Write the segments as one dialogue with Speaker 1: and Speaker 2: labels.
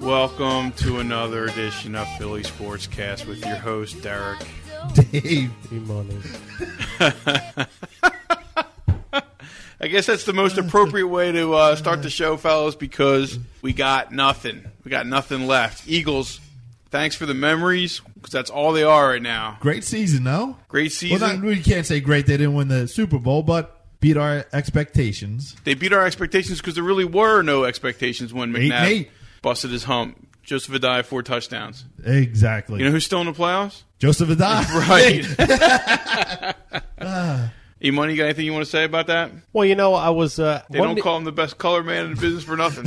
Speaker 1: Welcome to another edition of Philly Sportscast with your host, Derek.
Speaker 2: Dave.
Speaker 3: money.
Speaker 1: I guess that's the most appropriate way to uh, start the show, fellas, because we got nothing. We got nothing left. Eagles, thanks for the memories, because that's all they are right now.
Speaker 2: Great season, no?
Speaker 1: Great season.
Speaker 2: Well, not, we can't say great. They didn't win the Super Bowl, but beat our expectations.
Speaker 1: they beat our expectations because there really were no expectations when
Speaker 2: Eight and
Speaker 1: McNabb
Speaker 2: eight.
Speaker 1: busted his hump. Joseph Adai, four touchdowns.
Speaker 2: Exactly.
Speaker 1: You know who's still in the playoffs?
Speaker 2: Joseph Adai.
Speaker 1: Right. E-Money, you got anything you want to say about that?
Speaker 3: Well, you know, I was. Uh,
Speaker 1: They
Speaker 3: one
Speaker 1: don't
Speaker 3: di-
Speaker 1: call him the best color man in the business for nothing.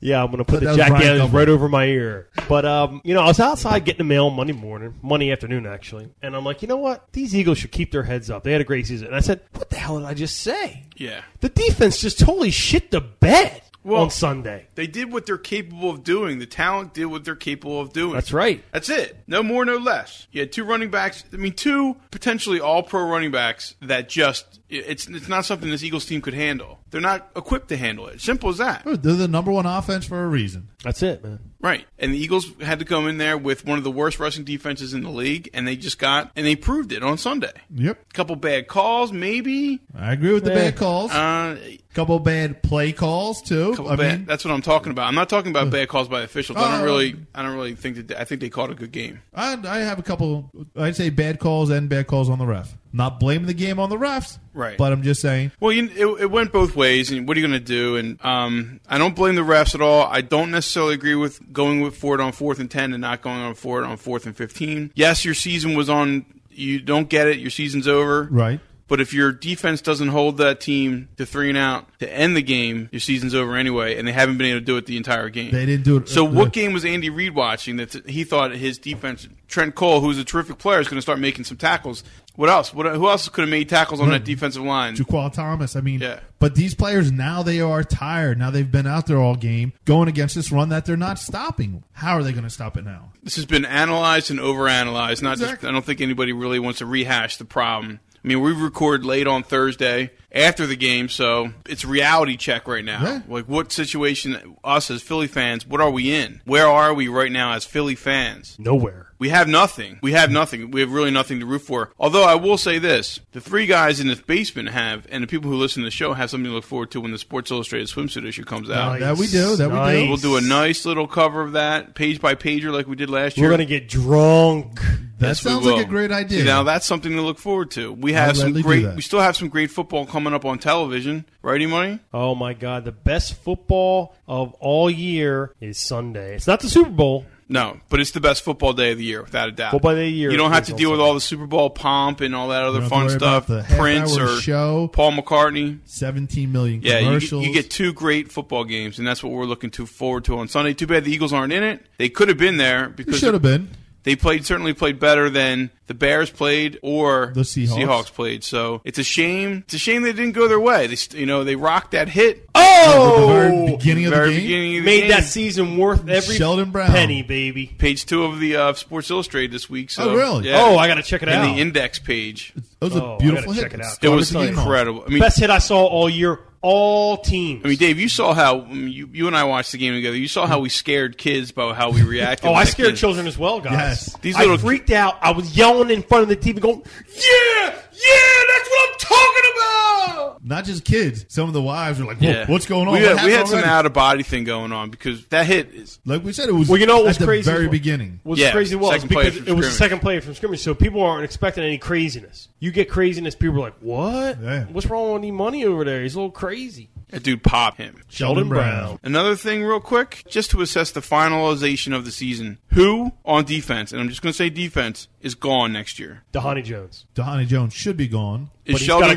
Speaker 3: yeah, I'm going to
Speaker 2: That
Speaker 3: put the
Speaker 2: was
Speaker 3: jack
Speaker 2: Brian
Speaker 3: down
Speaker 2: Gumble.
Speaker 3: right over my ear. But um, you know, I was outside getting the mail Monday morning, Monday afternoon actually, and I'm like, you know what? These Eagles should keep their heads up. They had a great season, and I said, what the hell did I just say?
Speaker 1: yeah.
Speaker 3: The defense just totally shit the bed
Speaker 1: Well-
Speaker 3: on Sunday.
Speaker 1: They did what they're capable of doing. The talent did what they're capable of doing.
Speaker 3: That's right.
Speaker 1: That's it. No more, no less. You had two running backs. I mean, two potentially all-pro running backs that just it's it's not something this Eagles team could handle. They're not equipped to handle it. Simple as that.
Speaker 2: They're the number one offense for a reason.
Speaker 3: That's it, man.
Speaker 1: Right. And the Eagles had to come in there with one of the worst rushing defenses in the league, and they just got and they proved it on Sunday.
Speaker 2: Yep.
Speaker 1: Couple bad calls, maybe.
Speaker 2: I agree with the
Speaker 3: Yeah.
Speaker 2: bad calls.
Speaker 1: Uh,
Speaker 2: couple bad play calls, too.
Speaker 1: couple
Speaker 2: I
Speaker 1: bad,
Speaker 2: mean,
Speaker 1: that's what I'm talking about. I'm not talking about bad calls by officials. I don't
Speaker 2: Oh.
Speaker 1: really, I don't really think that. they- I think they called a good game.
Speaker 2: I, I have a couple, I'd say bad calls and bad calls on the ref. Not blaming the game on the refs.
Speaker 1: Right.
Speaker 2: But I'm just saying,
Speaker 1: Well, you, it, it went both ways, and what are you going to do? And um, I don't blame the refs at all. I don't necessarily agree with going with for it on fourth and ten and not going on for it on fourth and fifteen. Yes, your season was on. You don't get it. Your season's over.
Speaker 2: right.
Speaker 1: But if your defense doesn't hold that team to three and out to end the game, your season's over anyway, and they haven't been able to do it the entire game.
Speaker 2: They didn't do it.
Speaker 1: So
Speaker 2: uh,
Speaker 1: what game was Andy Reid watching that he thought his defense, Trent Cole, who's a terrific player, is going to start making some tackles? What else? What, who else could have made tackles on that defensive line?
Speaker 2: Jaqual Thomas. I mean,
Speaker 1: Yeah.
Speaker 2: but these players now they are tired. Now they've been out there all game going against this run that they're not stopping. How are they going to stop it now?
Speaker 1: This has been analyzed and overanalyzed. Not just,
Speaker 2: Exactly.
Speaker 1: I don't think anybody really wants to rehash the problem. I mean, we record late on Thursday after the game, so it's reality check right now.
Speaker 2: Yeah.
Speaker 1: Like, what situation, us as Philly fans, what are we in? Where are we right now as Philly fans?
Speaker 3: Nowhere.
Speaker 1: We have nothing. We have nothing. We have really nothing to root for. Although I will say this: the three guys in this basement have, and the people who listen to the show have something to look forward to when the Sports Illustrated swimsuit issue comes out.
Speaker 2: Nice. Uh, that we do, that we do.
Speaker 3: Nice.
Speaker 1: We'll do a nice little cover of that, page by pager, like we did last year.
Speaker 3: We're gonna get drunk.
Speaker 2: That
Speaker 1: Yes, we
Speaker 2: sounds like
Speaker 1: will.
Speaker 2: a great idea.
Speaker 1: See, now that's something to look forward to. We have some
Speaker 2: gladly do
Speaker 1: great.
Speaker 2: that.
Speaker 1: We still have some great football coming up on television, right? E money.
Speaker 3: Oh my God! The best football of all year is Sunday. It's not the Super Bowl.
Speaker 1: No, but it's the best football day of the year, without a doubt.
Speaker 3: Football day of the year
Speaker 1: You don't have
Speaker 3: is
Speaker 1: to deal with
Speaker 3: also-
Speaker 1: all the Super Bowl pomp and all that other
Speaker 2: don't have to
Speaker 1: fun
Speaker 2: worry about
Speaker 1: stuff.
Speaker 2: the half
Speaker 1: Prince
Speaker 2: hour
Speaker 1: or
Speaker 2: show.
Speaker 1: Paul McCartney.
Speaker 2: Seventeen million
Speaker 1: Yeah, you, get-
Speaker 2: commercials.
Speaker 1: you get two great football games, and that's what we're looking to forward to on Sunday. Too bad the Eagles aren't in it. They could have been there because
Speaker 2: should have been.
Speaker 1: they played certainly played better than the Bears played or
Speaker 2: The Seahawks.
Speaker 1: played. So it's a shame. It's a shame they didn't go their way. They st- you know they rocked that hit.
Speaker 3: Oh,
Speaker 2: very beginning of the
Speaker 1: very
Speaker 2: game?
Speaker 1: beginning of the
Speaker 3: made
Speaker 1: game.
Speaker 3: that season worth every
Speaker 2: Sheldon Brown.
Speaker 3: penny, baby.
Speaker 1: page two of the uh, Sports Illustrated this week. So,
Speaker 2: Oh, really?
Speaker 1: Yeah.
Speaker 3: Oh, I gotta check it
Speaker 1: and
Speaker 3: out.
Speaker 1: the index page.
Speaker 2: That was
Speaker 3: Oh,
Speaker 2: a beautiful
Speaker 3: I gotta
Speaker 2: hit.
Speaker 3: check it out.
Speaker 1: It
Speaker 2: Started
Speaker 1: was
Speaker 2: the game off.
Speaker 1: incredible. I mean,
Speaker 3: Best hit I saw all year, all teams.
Speaker 1: I mean, Dave, you saw how I mean, you, you and I watched the game together. You saw how we scared kids about how we reacted.
Speaker 3: oh,
Speaker 1: when
Speaker 3: I
Speaker 1: that
Speaker 3: scared
Speaker 1: kid-
Speaker 3: children as well, guys.
Speaker 2: Yes.
Speaker 1: These
Speaker 3: I
Speaker 1: little-
Speaker 3: freaked out. I was yelling in front of the TV, going,
Speaker 1: Yeah, yeah, that's what I'm talking about.
Speaker 2: Not just kids. Some of the wives are like, "Whoa,
Speaker 1: Yeah.
Speaker 2: "What's going on?"
Speaker 1: We
Speaker 2: What
Speaker 1: had, we
Speaker 2: happened
Speaker 1: had some
Speaker 2: already?"
Speaker 1: out of body thing going on because that hit is
Speaker 2: Like we said, it was.
Speaker 3: "Well, you know, what
Speaker 2: at
Speaker 3: was
Speaker 2: the
Speaker 3: crazy.
Speaker 2: very
Speaker 3: was-
Speaker 2: beginning.
Speaker 3: was
Speaker 1: Yeah,
Speaker 3: crazy. Was
Speaker 1: second play
Speaker 3: because
Speaker 1: from
Speaker 3: it was the
Speaker 1: scrimmage.
Speaker 3: second play from scrimmage, so people aren't expecting any craziness. You get craziness, people are like, "What?
Speaker 2: Yeah.
Speaker 3: What's wrong with E Money over there? He's a little crazy."
Speaker 1: that dude pop him.
Speaker 2: Sheldon Brown.
Speaker 1: Another thing, real quick, just to assess the finalization of the season. Who on defense, and I'm just going to say defense, is gone next year?
Speaker 3: Dehani Jones,
Speaker 2: Donnie Jones should be gone.
Speaker 1: Is
Speaker 3: but he's got a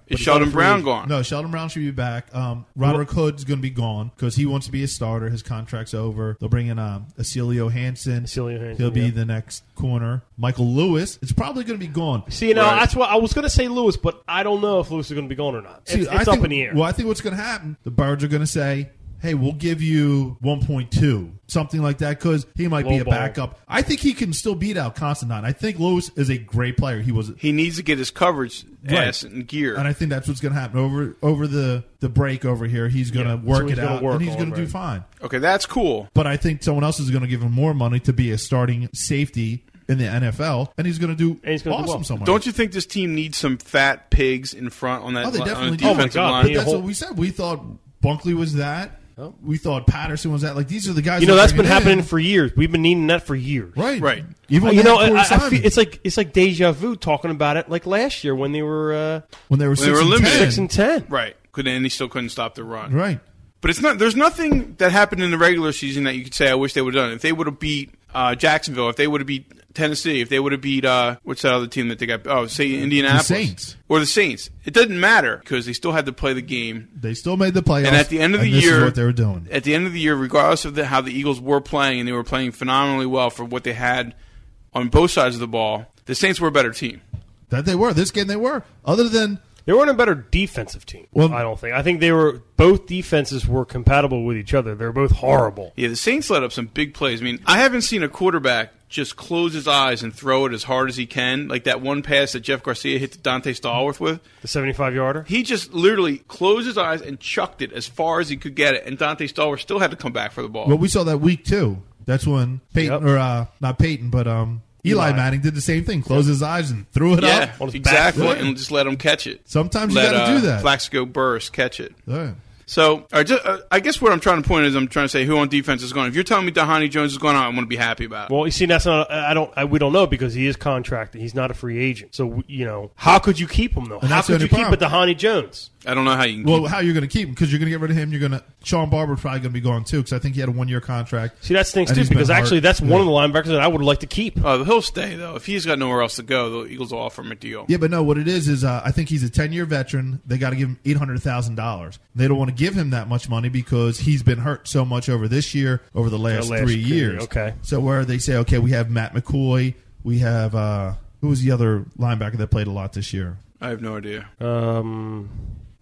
Speaker 1: Is
Speaker 3: But he's not a
Speaker 1: Sheldon
Speaker 3: free
Speaker 1: Brown
Speaker 3: agent.
Speaker 1: gone?
Speaker 2: No, Sheldon Brown should be back. Um, Roderick Hood's going to be gone because he wants to be a starter. His contract's over. They'll bring in um, Acilio Hansen.
Speaker 3: Acilio Hansen,
Speaker 2: He'll be
Speaker 3: yeah.
Speaker 2: the next corner. Michael Lewis. It's probably going to be gone.
Speaker 3: See, now
Speaker 1: Right.
Speaker 3: that's what I was going to say, Lewis, but I don't know if Lewis is going to be gone or not.
Speaker 2: See,
Speaker 3: it's
Speaker 2: I
Speaker 3: it's up
Speaker 2: think-
Speaker 3: in the air.
Speaker 2: Well, I think what's going to happen, the Birds are going to say, hey, we'll give you 1.2, something like that, because he might be
Speaker 3: Low
Speaker 2: a
Speaker 3: ball.
Speaker 2: backup. I think he can still beat out Constantine. I think Lewis is a great player. He was
Speaker 1: He needs to get his coverage
Speaker 2: Right.
Speaker 1: ass in gear.
Speaker 2: and I think that's what's going to happen over over the the break over here. He's going to
Speaker 3: Yeah,
Speaker 2: work
Speaker 3: someone's
Speaker 2: it
Speaker 3: gonna
Speaker 2: out,
Speaker 3: work
Speaker 2: and he's
Speaker 3: on
Speaker 2: going
Speaker 3: it,
Speaker 2: to do
Speaker 3: right.
Speaker 2: fine.
Speaker 1: okay, that's cool.
Speaker 2: But I think someone else is going to give him more money to be a starting safety in the NFL, and he's going to do
Speaker 3: And he's gonna do
Speaker 2: awesome
Speaker 3: well.
Speaker 2: somewhere.
Speaker 1: Don't you think this team needs some fat pigs in front on that
Speaker 2: Oh, they
Speaker 1: li- on
Speaker 2: definitely
Speaker 1: the
Speaker 2: do. Oh, my
Speaker 1: defensive
Speaker 3: God,
Speaker 1: line?
Speaker 2: But that's
Speaker 3: whole-
Speaker 2: what we said. We thought Bunkley was that.
Speaker 3: Oh.
Speaker 2: We thought Patterson was that. Like these are the guys.
Speaker 3: You know
Speaker 2: that
Speaker 3: that's been
Speaker 2: bring it in.
Speaker 3: happening for years. We've been needing that for years.
Speaker 2: right,
Speaker 1: Right.
Speaker 2: Even when
Speaker 3: you
Speaker 2: they
Speaker 3: know,
Speaker 2: had
Speaker 3: I,
Speaker 2: Corey
Speaker 3: I
Speaker 2: Simon,
Speaker 3: feel, it's like it's like deja vu talking about it like last year when they were uh,
Speaker 2: when they were
Speaker 1: they
Speaker 2: six
Speaker 1: were
Speaker 2: and
Speaker 1: limited.
Speaker 2: 10.
Speaker 3: six and ten.
Speaker 1: Right. Could and he still couldn't stop the run.
Speaker 2: right.
Speaker 1: But it's not. There's nothing that happened in the regular season that you could say I wish they would have done. If they would have beat uh, Jacksonville, if they would have beat Tennessee, if they would have beat uh, what's that other team that they got? Oh, say Indianapolis
Speaker 2: Saints.
Speaker 1: or the Saints. It doesn't matter because they still had to play the game.
Speaker 2: They still made the playoffs.
Speaker 1: And at the end of the
Speaker 2: and this is
Speaker 1: year-
Speaker 2: what they were doing.
Speaker 1: At the end of the year, regardless of the, how the Eagles were playing, and they were playing phenomenally well for what they had on both sides of the ball, the Saints were a better team.
Speaker 2: That they were this game. They were other than
Speaker 3: They weren't a better defensive team.
Speaker 2: Well-
Speaker 3: I don't think. I think they were both defenses were compatible with each other. They're both horrible.
Speaker 1: Yeah, the Saints let up some big plays. I mean, I haven't seen a quarterback just close his eyes and throw it as hard as he can, like that one pass that Jeff Garcia hit to Dante Stallworth with.
Speaker 3: The seventy-five yarder.
Speaker 1: He just literally closed his eyes and chucked it as far as he could get it, and Dante Stallworth still had to come back for the ball.
Speaker 2: Well, we saw that week too. That's when Peyton
Speaker 3: Yep.
Speaker 2: or uh, not Peyton, but um, Eli,
Speaker 3: Eli.
Speaker 2: Manning did the same thing. Closed his eyes and threw it
Speaker 1: yeah,
Speaker 2: up.
Speaker 3: his back
Speaker 1: exactly,
Speaker 2: foot.
Speaker 1: and just let him catch it.
Speaker 2: Sometimes you
Speaker 1: Let,
Speaker 2: gotta
Speaker 1: uh,
Speaker 2: do that.
Speaker 1: Plaxico Burst catch it.
Speaker 2: All right.
Speaker 1: So, I ju- uh, I guess what I'm trying to point is I'm trying to say who on defense is going. If you're telling me Dahani Jones is going, I'm going to be happy about it.
Speaker 3: Well, you see, that's not. I don't. I, we don't know because he is contracted. He's not a free agent. So we- you know, how could you keep him though?
Speaker 2: And
Speaker 3: how
Speaker 2: that's the
Speaker 3: could you
Speaker 2: only
Speaker 3: keep it to
Speaker 2: problem.
Speaker 3: Honey Jones?
Speaker 1: I don't know how you can.
Speaker 2: Well,
Speaker 1: keep-
Speaker 2: how you are going to keep him? Because you're going to get rid of him. You're going to Sean Barber's probably going to be gone too. Because I think he had a one year contract.
Speaker 3: See, that stinks
Speaker 2: And
Speaker 3: too
Speaker 2: he's been
Speaker 3: because
Speaker 2: hard-
Speaker 3: actually, that's
Speaker 2: yeah.
Speaker 3: one of the linebackers that I would like to keep.
Speaker 1: uh, he'll stay though. If he's got nowhere else to go, the Eagles will offer him a deal.
Speaker 2: Yeah, but no, what it is is uh, I think he's a 10 year veteran. They got to give him $800,000. They don't want to give him that much money because he's been hurt so much over this year, over the last,
Speaker 3: last
Speaker 2: three
Speaker 3: three,
Speaker 2: years.
Speaker 3: okay.
Speaker 2: So where they say, okay, we have Matt McCoy. We have, uh, who was the other linebacker that played a lot this year?
Speaker 1: I have no idea.
Speaker 3: Oh, Um,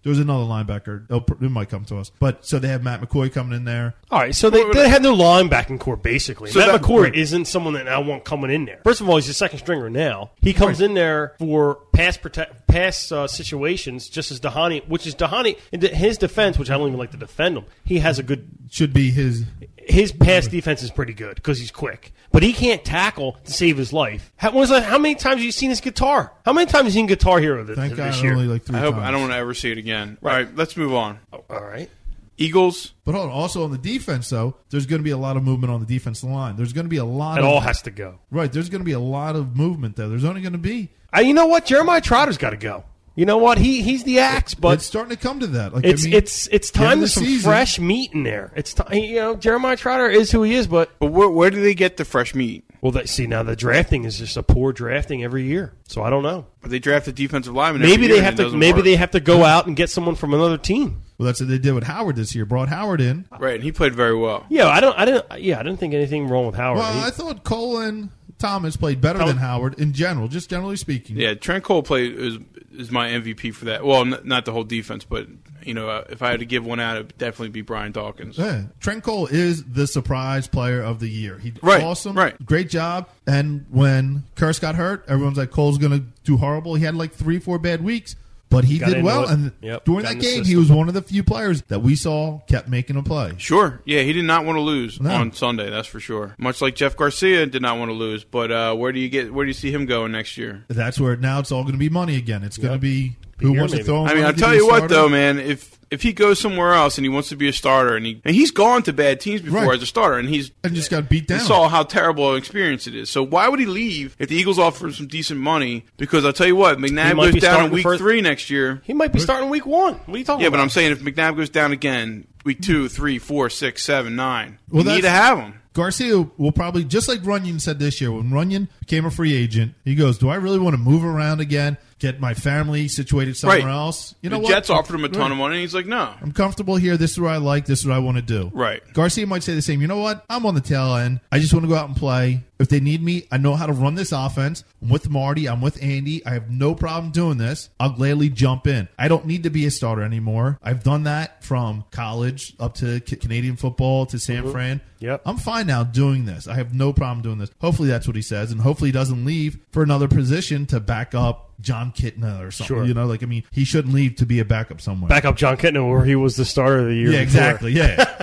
Speaker 2: There was another linebacker. It'll pr- It might come to us. But so they have Matt McCoy coming in there.
Speaker 3: All right, so they,
Speaker 1: Well,
Speaker 3: they had no linebacking core basically.
Speaker 1: So
Speaker 3: Matt
Speaker 1: that-
Speaker 3: McCoy isn't someone that I want coming in there. First of all, he's a second stringer now. He comes in there for pass protect pass uh, situations, just as Dahani, which is Dahani in de- his defense, which I don't even like to defend him. He has a good
Speaker 2: Should be his.
Speaker 3: his pass defense is pretty good because he's quick, but he can't tackle to save his life. How, when was that, how many times have you seen his guitar? How many times have you seen Guitar Hero this,
Speaker 2: Thank
Speaker 3: this
Speaker 2: God,
Speaker 3: year?
Speaker 2: only like three
Speaker 1: I hope
Speaker 2: times.
Speaker 1: I don't want to ever see it again. All right, let's move on.
Speaker 3: Oh, All right.
Speaker 1: Eagles.
Speaker 2: But hold on. Also on the defense, though, there's going to be a lot of movement on the defensive line. There's going to be a lot
Speaker 3: It
Speaker 2: of
Speaker 3: all has to go.
Speaker 2: right. There's going to be a lot of movement there. There's only going to be.
Speaker 3: Uh, you know what? Jeremiah Trotter's got to go. You know what? He he's the axe, but
Speaker 2: it's starting to come to that. Like
Speaker 3: It's
Speaker 2: I mean,
Speaker 3: it's it's
Speaker 2: the end of
Speaker 3: time to
Speaker 2: the
Speaker 3: some
Speaker 2: season-
Speaker 3: fresh meat in there. It's time, you know Jeremiah Trotter is who he is, but
Speaker 1: But where, where do they get the fresh meat?
Speaker 3: well, they, see now the drafting is just a poor drafting every year. So I don't know.
Speaker 1: But they draft a defensive lineman. every
Speaker 3: Maybe
Speaker 1: year
Speaker 3: they
Speaker 1: and
Speaker 3: have
Speaker 1: it
Speaker 3: to
Speaker 1: doesn't
Speaker 3: maybe
Speaker 1: work.
Speaker 3: they have to go out and get someone from another team.
Speaker 2: Well, that's what they did with Howard this year. Brought Howard in.
Speaker 1: right, and he played very well.
Speaker 3: Yeah, I don't I didn't yeah I didn't think anything wrong with Howard.
Speaker 2: Well, I
Speaker 3: He-
Speaker 2: thought Cole and Thomas played better than Howard in general, just generally speaking.
Speaker 1: Yeah, Trent Cole played is is my MVP for that. Well, n- not the whole defense, but you know, uh, if I had to give one out, it'd definitely be Brian Dawkins.
Speaker 2: Yeah. Trent Cole is the surprise player of the year. He did
Speaker 1: Right,
Speaker 2: awesome,
Speaker 1: right.
Speaker 2: great job. And when Curse got hurt, everyone's like Cole's going to do horrible. He had like three, four bad weeks, but he
Speaker 3: Got
Speaker 2: did
Speaker 3: into
Speaker 2: well.
Speaker 3: it.
Speaker 2: And
Speaker 3: Yep,
Speaker 2: during
Speaker 3: got in
Speaker 2: that
Speaker 3: the
Speaker 2: game, he
Speaker 3: system.
Speaker 2: was one of the few players that we saw kept making a play.
Speaker 1: Sure. Yeah, he did not want to lose
Speaker 2: No.
Speaker 1: on Sunday. That's for sure. Much like Jeff Garcia did not want to lose, but uh, where do you get where do you see him going next year?
Speaker 2: That's where now it's all going to be money again. It's going to be who
Speaker 3: here,
Speaker 2: wants to
Speaker 3: maybe.
Speaker 2: throw. him
Speaker 1: I mean,
Speaker 2: money
Speaker 1: I'll
Speaker 2: to
Speaker 1: tell
Speaker 2: be a
Speaker 1: you what,
Speaker 2: starter.
Speaker 1: though, man. If if he goes somewhere else and he wants to be a starter, and he and he's gone to bad teams before
Speaker 2: Right.
Speaker 1: as a starter, and he's
Speaker 2: and just got beat down.
Speaker 1: and saw how terrible an experience it is. So why would he leave if the Eagles offer him some decent money? Because I'll tell you what,
Speaker 3: He
Speaker 1: McNabb
Speaker 3: might be
Speaker 1: goes down
Speaker 3: starting
Speaker 1: in week
Speaker 3: first-
Speaker 1: three next year.
Speaker 3: he might be starting week one. What are you talking
Speaker 1: Yeah,
Speaker 3: about?
Speaker 1: but I'm saying if McNabb goes down again, week two, three, four, six, seven, nine,
Speaker 2: Well,
Speaker 1: you need to
Speaker 2: that's-
Speaker 1: have him.
Speaker 2: Garcia will probably just like Runyon said this year when Runyon became a free agent. He goes, "Do I really want to move around again? get my family situated somewhere
Speaker 1: Right.
Speaker 2: else. You know
Speaker 1: the
Speaker 2: what?
Speaker 1: Jets offered him a ton of money, and he's like, no.
Speaker 2: I'm comfortable here. This is what I like. This is what I want to do.
Speaker 1: Right.
Speaker 2: Garcia might say the same. You know what? I'm on the tail end. I just want to go out and play. If they need me, I know how to run this offense. I'm with Marty. I'm with Andy. I have no problem doing this. I'll gladly jump in. I don't need to be a starter anymore. I've done that from college up to C- Canadian football to San Fran.
Speaker 3: Mm-hmm. Yep.
Speaker 2: I'm fine now doing this. I have no problem doing this. Hopefully that's what he says, and hopefully he doesn't leave for another position to back up John Kitna or something.
Speaker 3: Sure.
Speaker 2: You know, like I mean, he shouldn't leave to be a backup somewhere.
Speaker 3: Back up John Kitna, where he was the starter of the year.
Speaker 2: Yeah,
Speaker 3: before.
Speaker 2: exactly. Yeah.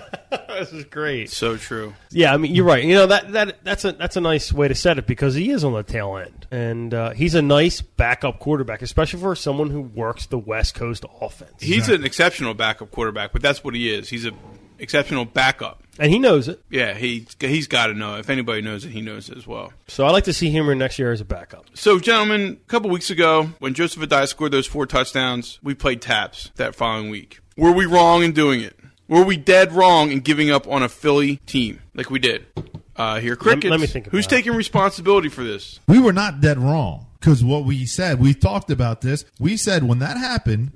Speaker 3: this is great.
Speaker 1: So true.
Speaker 3: Yeah, I mean you're right. You know that that that's a that's a nice way to set it because he is on the tail end, and uh, he's a nice backup quarterback, especially for someone who works the West Coast offense,
Speaker 1: He's an exceptional backup quarterback, but that's what he is. He's an exceptional backup.
Speaker 3: and he knows it.
Speaker 1: Yeah, he he's got to know. If anybody knows it, he knows it as well.
Speaker 3: So I like to see him in next year as a backup.
Speaker 1: So, gentlemen, a couple weeks ago, when Joseph Adai scored those four touchdowns, we played taps that following week. Were we wrong in doing it? Were we dead wrong in giving up on a Philly team like we did? Uh, here, crickets.
Speaker 3: let me think
Speaker 1: Who's
Speaker 3: about it.
Speaker 1: taking responsibility for this?
Speaker 2: we were not dead wrong because what we said, we talked about this. We said when that happened,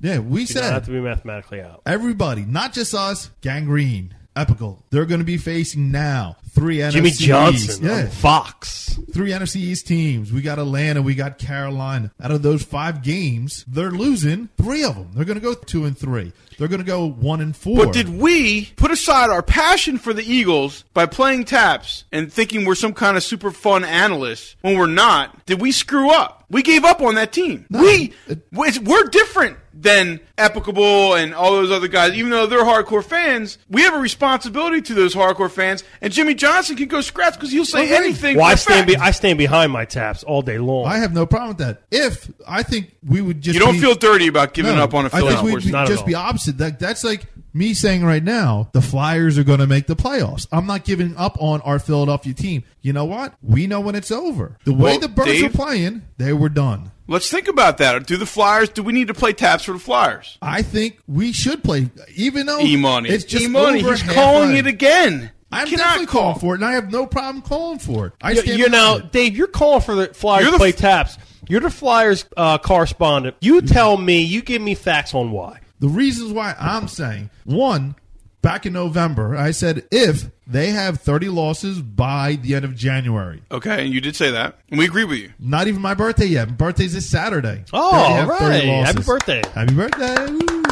Speaker 2: yeah, we
Speaker 3: You don't have
Speaker 2: said
Speaker 3: to be mathematically out.
Speaker 2: everybody, not just us, gangrene. Epical. They're going to be facing now three NFC
Speaker 3: Jimmy
Speaker 2: East.
Speaker 3: Johnson, on
Speaker 2: Yeah,
Speaker 3: Fox.
Speaker 2: three NFC East teams. We got Atlanta. We got Carolina. Out of those five games, they're losing three of them. They're going to go two and three. They're going to go one and four.
Speaker 1: But did we put aside our passion for the Eagles by playing taps and thinking we're some kind of super fun analyst when we're not? Did we screw up? We gave up on that team. we it's- we're different than Epicable and all those other guys. Even though they're hardcore fans, we have a responsibility to those hardcore fans. And Jimmy Johnson can go scratch because he'll say
Speaker 2: Agreed.
Speaker 1: anything.
Speaker 3: Well,
Speaker 1: for
Speaker 3: I
Speaker 1: a
Speaker 3: stand, be-
Speaker 1: fact.
Speaker 3: I stand behind my taps all day long.
Speaker 2: I have no problem with that. If I think we would just
Speaker 1: you don't
Speaker 2: be-
Speaker 1: feel dirty about giving
Speaker 2: No,
Speaker 1: up on a Philly
Speaker 2: I think we'd
Speaker 1: sports
Speaker 2: be,
Speaker 1: team.
Speaker 3: Not at
Speaker 2: just
Speaker 3: all.
Speaker 2: be opposite. That, that's like me saying right now, the Flyers are going to make the playoffs. I'm not giving up on our Philadelphia team. You know what? We know when it's over. The way
Speaker 1: Well,
Speaker 2: the Birds
Speaker 1: Dave-
Speaker 2: were playing, they were done.
Speaker 1: Let's think about that. Do the Flyers? Do we need to play taps for the Flyers?
Speaker 2: I think we should play, even though
Speaker 1: E money.
Speaker 2: Oh, It's just
Speaker 1: e money.
Speaker 2: over
Speaker 1: He's
Speaker 2: halfway.
Speaker 1: calling it again.
Speaker 2: I'm
Speaker 1: Cannot
Speaker 2: definitely
Speaker 1: call.
Speaker 2: calling for it, and I have no problem calling for it. I
Speaker 3: You're,
Speaker 2: stand
Speaker 3: you're now,
Speaker 2: behind it.
Speaker 3: Dave. You're calling for the Flyers
Speaker 1: You're the
Speaker 3: to play
Speaker 1: f-
Speaker 3: taps. You're the Flyers uh, correspondent. You
Speaker 2: Mm-hmm.
Speaker 3: tell me. You give me facts on why.
Speaker 2: The reasons why I'm saying one, back in November, I said if they have 30 losses by the end of January.
Speaker 1: Okay, and you did say that, and we agree with you.
Speaker 2: Not even my birthday yet. My birthday's this Saturday.
Speaker 3: Oh,
Speaker 2: They already have
Speaker 3: right.
Speaker 2: 30 losses.
Speaker 3: Happy birthday.
Speaker 2: Happy birthday. Woo.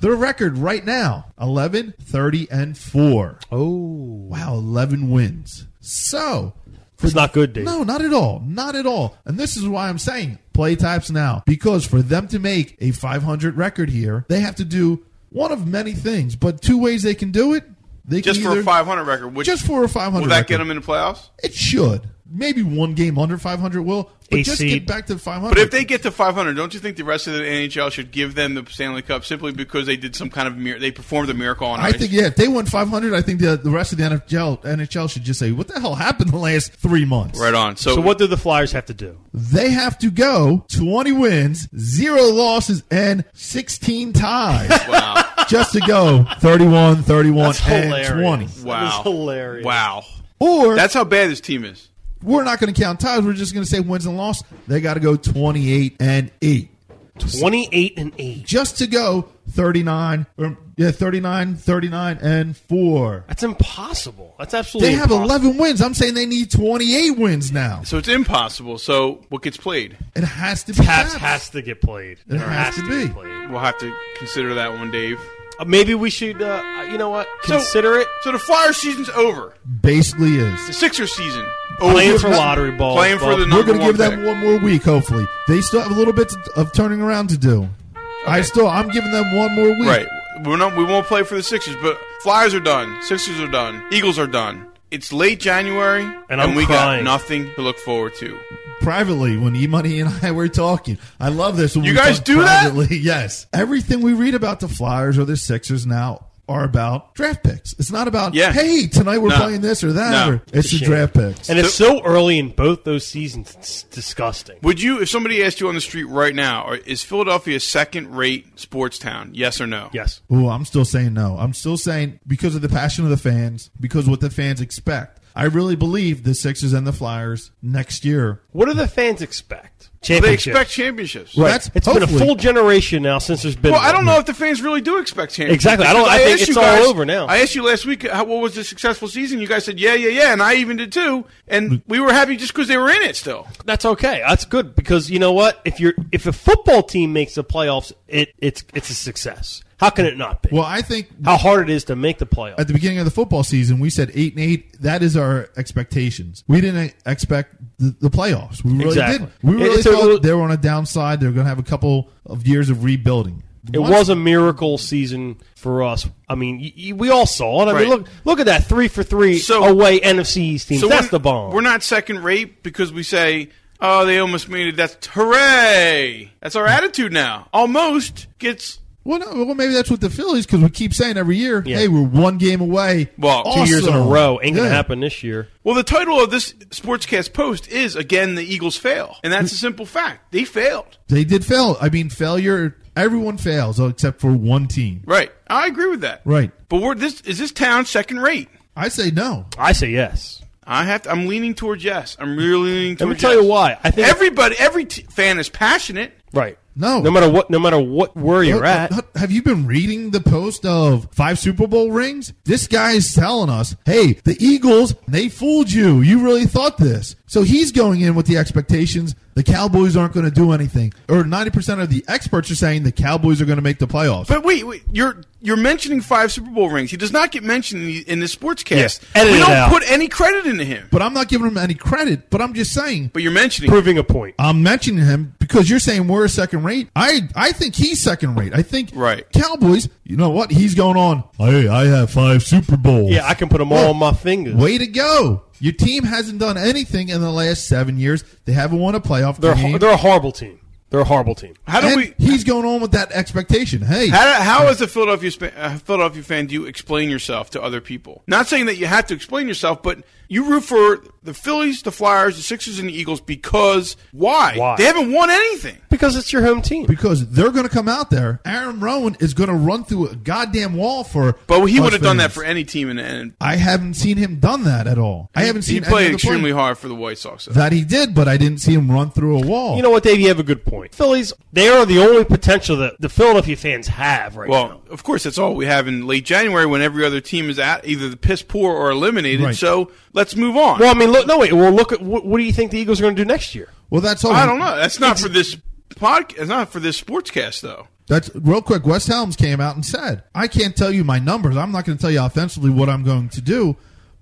Speaker 2: Their record right now 11, 30, and 4.
Speaker 3: Oh,
Speaker 2: Wow, 11 wins. So,
Speaker 3: it's not good, Dave.
Speaker 2: no, not at all. Not at all. And this is why I'm saying play types now. Because for them to make a 500 record here, they have to do one of many things. But two ways they can do it. They
Speaker 1: Just
Speaker 2: can
Speaker 1: for
Speaker 2: either,
Speaker 1: a 500 record, which
Speaker 2: Just for a 500
Speaker 1: will that get
Speaker 2: record.
Speaker 1: them in the playoffs?
Speaker 2: It should. Maybe one game under 500 will. But
Speaker 3: A
Speaker 2: just get
Speaker 3: seed.
Speaker 2: back to 500.
Speaker 1: But if they get to 500, don't you think the rest of the NHL should give them the Stanley Cup simply because they did some kind of mir- they performed a miracle on
Speaker 2: I
Speaker 1: ice?
Speaker 2: think yeah, if they won 500, I think the, the rest of the NHL NHL should just say, "What the hell happened the last three months?"
Speaker 1: right on. So,
Speaker 3: So what do the Flyers have to do?
Speaker 2: They have to go 20 wins, zero losses, and 16 ties
Speaker 1: Wow,
Speaker 2: just to go 31, 31,
Speaker 3: That's
Speaker 2: and
Speaker 3: hilarious.
Speaker 2: 20.
Speaker 1: wow,
Speaker 3: hilarious.
Speaker 1: Wow,
Speaker 2: Or
Speaker 1: that's how bad this team is.
Speaker 2: we're not going to count ties. We're just going to say wins and loss. They got to go 28 and eight.
Speaker 3: Twenty-eight and eight.
Speaker 2: Just to go 39, or, yeah, 39, 39, and 4.
Speaker 3: That's impossible. That's absolutely.
Speaker 2: They have
Speaker 3: impossible.
Speaker 2: 11 wins. I'm saying they need 28 wins now.
Speaker 1: So it's impossible. So what gets played?
Speaker 2: It has to be
Speaker 3: Taps
Speaker 2: tapped.
Speaker 3: has to get played.
Speaker 2: It
Speaker 3: Or
Speaker 2: has to be.
Speaker 3: get played.
Speaker 1: We'll have to consider that one, Dave.
Speaker 3: Uh, maybe we should. Uh, you know what?
Speaker 1: So-
Speaker 3: Consider it.
Speaker 1: So the Flyers season's over.
Speaker 2: basically
Speaker 1: The
Speaker 2: is.
Speaker 1: Sixers season
Speaker 3: Playing
Speaker 1: over.
Speaker 3: for lottery balls.
Speaker 1: Playing for
Speaker 3: Bob.
Speaker 1: the
Speaker 2: We're
Speaker 1: number
Speaker 2: going to give
Speaker 1: one
Speaker 2: them
Speaker 1: pick.
Speaker 2: one more week. Hopefully, they still have a little bit of turning around to do. I still, I'm giving them one more week.
Speaker 1: Right. We're not. We won't play for the Sixers, but Flyers are done. Sixers are done. Eagles are done. It's late January,
Speaker 3: And I'm
Speaker 1: we got
Speaker 3: crying.
Speaker 1: nothing to look forward to.
Speaker 2: Privately, when E Money and I were talking, I love this. When
Speaker 1: You
Speaker 2: we
Speaker 1: guys
Speaker 2: talk
Speaker 1: do that?
Speaker 2: privately. Yes. Everything we read about the Flyers or the Sixers now are about draft picks. It's not about
Speaker 1: Yeah.
Speaker 2: hey tonight we're
Speaker 1: No.
Speaker 2: playing this or that.
Speaker 1: No.
Speaker 2: Or, it's the
Speaker 3: Shame.
Speaker 2: draft picks.
Speaker 3: And it's so early in both those seasons. It's disgusting.
Speaker 1: Would you, if somebody asked you on the street right now, are- is Philadelphia a second-rate sports town? Yes or no?
Speaker 3: Yes.
Speaker 2: Oh, I'm still saying no. I'm still saying because of the passion of the fans, because what the fans expect. I I really believe the Sixers and the Flyers next year.
Speaker 3: What do the fans expect?
Speaker 1: They
Speaker 3: Championship.
Speaker 1: expect championships.
Speaker 2: Right.
Speaker 3: It's been a full generation now since there's been.
Speaker 1: Well, I don't
Speaker 3: one.
Speaker 1: know if the fans really do expect championships.
Speaker 3: Exactly. I don't-
Speaker 1: Because
Speaker 3: I think
Speaker 1: asked
Speaker 3: it's
Speaker 1: you
Speaker 3: all over now.
Speaker 1: I asked you last week, how, what was the successful season? You guys said, yeah, yeah, yeah, and I even did too. And we were happy just because they were in it still.
Speaker 3: That's okay. That's good because you know what? If you're if a football team makes the playoffs, it it's it's a success. How can it not be?
Speaker 2: Well, I think
Speaker 3: How hard it is to make the playoffs.
Speaker 2: at the beginning of the football season, we said eight and eight. That is our expectations. We didn't expect the, the playoffs. We really
Speaker 3: Exactly.
Speaker 2: didn't. We really
Speaker 3: It's a
Speaker 2: thought
Speaker 3: little-
Speaker 2: they were on a downside. They were going to have a couple of years of rebuilding.
Speaker 3: It
Speaker 2: Once-
Speaker 3: was a miracle season for us. I mean, y- y- we all saw it. I
Speaker 1: Right.
Speaker 3: mean, look look at that three for three
Speaker 1: So-
Speaker 3: away NFC East teams. That's
Speaker 1: we're-
Speaker 3: the bomb.
Speaker 1: We're not second rate because we say, oh, they almost made it. That's hooray. That's our attitude now. Almost gets.
Speaker 2: Well, no, well, maybe that's what the Phillies because we keep saying every year,
Speaker 3: Yeah.
Speaker 2: "Hey, we're one game away."
Speaker 1: Well,
Speaker 3: two years in a
Speaker 2: Awesome.
Speaker 3: row ain't gonna
Speaker 2: Oh, Yeah.
Speaker 3: happen this year.
Speaker 1: Well, the title of this sportscast post is again the Eagles fail, and that's a simple fact. They failed.
Speaker 2: They did fail. I mean, failure. Everyone fails oh, except for one team.
Speaker 1: Right. I agree with that.
Speaker 2: Right.
Speaker 1: But we're this is this town second rate.
Speaker 2: I say no.
Speaker 3: I say yes.
Speaker 1: I have. To, I'm leaning towards yes. I'm really leaning
Speaker 3: Let me
Speaker 1: towards.
Speaker 3: tell
Speaker 1: yes.
Speaker 3: you why. I think
Speaker 1: Everybody, every t- fan is passionate.
Speaker 3: right.
Speaker 2: No.
Speaker 3: No matter what. No matter what where you're at.
Speaker 2: Uh, Have you been reading the post of five Super Bowl rings? This guy's telling us, hey, the Eagles, they fooled you. You really thought this. So he's going in with the expectations the Cowboys aren't going to do anything. Or 90% of the experts are saying the Cowboys are going to make the playoffs.
Speaker 1: But wait, wait, you're you're mentioning five Super Bowl rings. He does not get mentioned in, the- in this sportscast.
Speaker 3: Yeah, edit
Speaker 1: we
Speaker 3: it
Speaker 1: don't
Speaker 3: out.
Speaker 1: put any credit into him.
Speaker 2: but I'm not giving him any credit, but I'm just saying.
Speaker 1: But you're mentioning.
Speaker 3: Proving a point.
Speaker 2: I'm mentioning him because you're saying we're second rate. I I think he's second rate. I think
Speaker 1: Right.
Speaker 2: Cowboys. You know what? He's going on. Hey, I have five Super Bowls.
Speaker 3: Yeah, I can put them all on my fingers.
Speaker 2: Way to go! Your team hasn't done anything in the last seven years. They haven't won a playoff
Speaker 3: They're
Speaker 2: game.
Speaker 3: ho- they're a horrible team. They're a horrible team.
Speaker 1: How do
Speaker 2: And
Speaker 1: we?
Speaker 2: he's going on with that expectation. Hey,
Speaker 1: How, how as a Philadelphia spa- uh, Philadelphia fan do you explain yourself to other people? Not saying that you have to explain yourself, but you root for the Phillies, the Flyers, the Sixers, and the Eagles because why?
Speaker 3: Why?
Speaker 1: They haven't won anything.
Speaker 3: Because it's your home team.
Speaker 2: because they're going to come out there. Aaron Rowan is going to run through a goddamn wall for.
Speaker 1: But he
Speaker 2: us
Speaker 1: would have done that
Speaker 2: fans.
Speaker 1: for any team, and, and
Speaker 2: I haven't seen him done that at all. I haven't
Speaker 1: he
Speaker 2: seen any
Speaker 1: played
Speaker 2: other player-
Speaker 1: extremely hard for the White Sox. though.
Speaker 2: That he did, but I didn't see him run through a wall.
Speaker 3: You know what, Dave? You have a good point. Phillies, they are the only potential that the Philadelphia fans have right now.
Speaker 1: Well, of course, that's all we have in late January when every other team is at either the piss poor or eliminated.
Speaker 2: Right.
Speaker 1: So let's move on.
Speaker 3: Well, I mean, look, no, wait. Well, look at what, what do you think the Eagles are going to do next year?
Speaker 2: well, that's all.
Speaker 1: I don't know. That's not for this podcast. It's not for this sportscast, though.
Speaker 2: That's real quick. West Helms came out and said, "I can't tell you my numbers. I'm not going to tell you offensively what I'm going to do,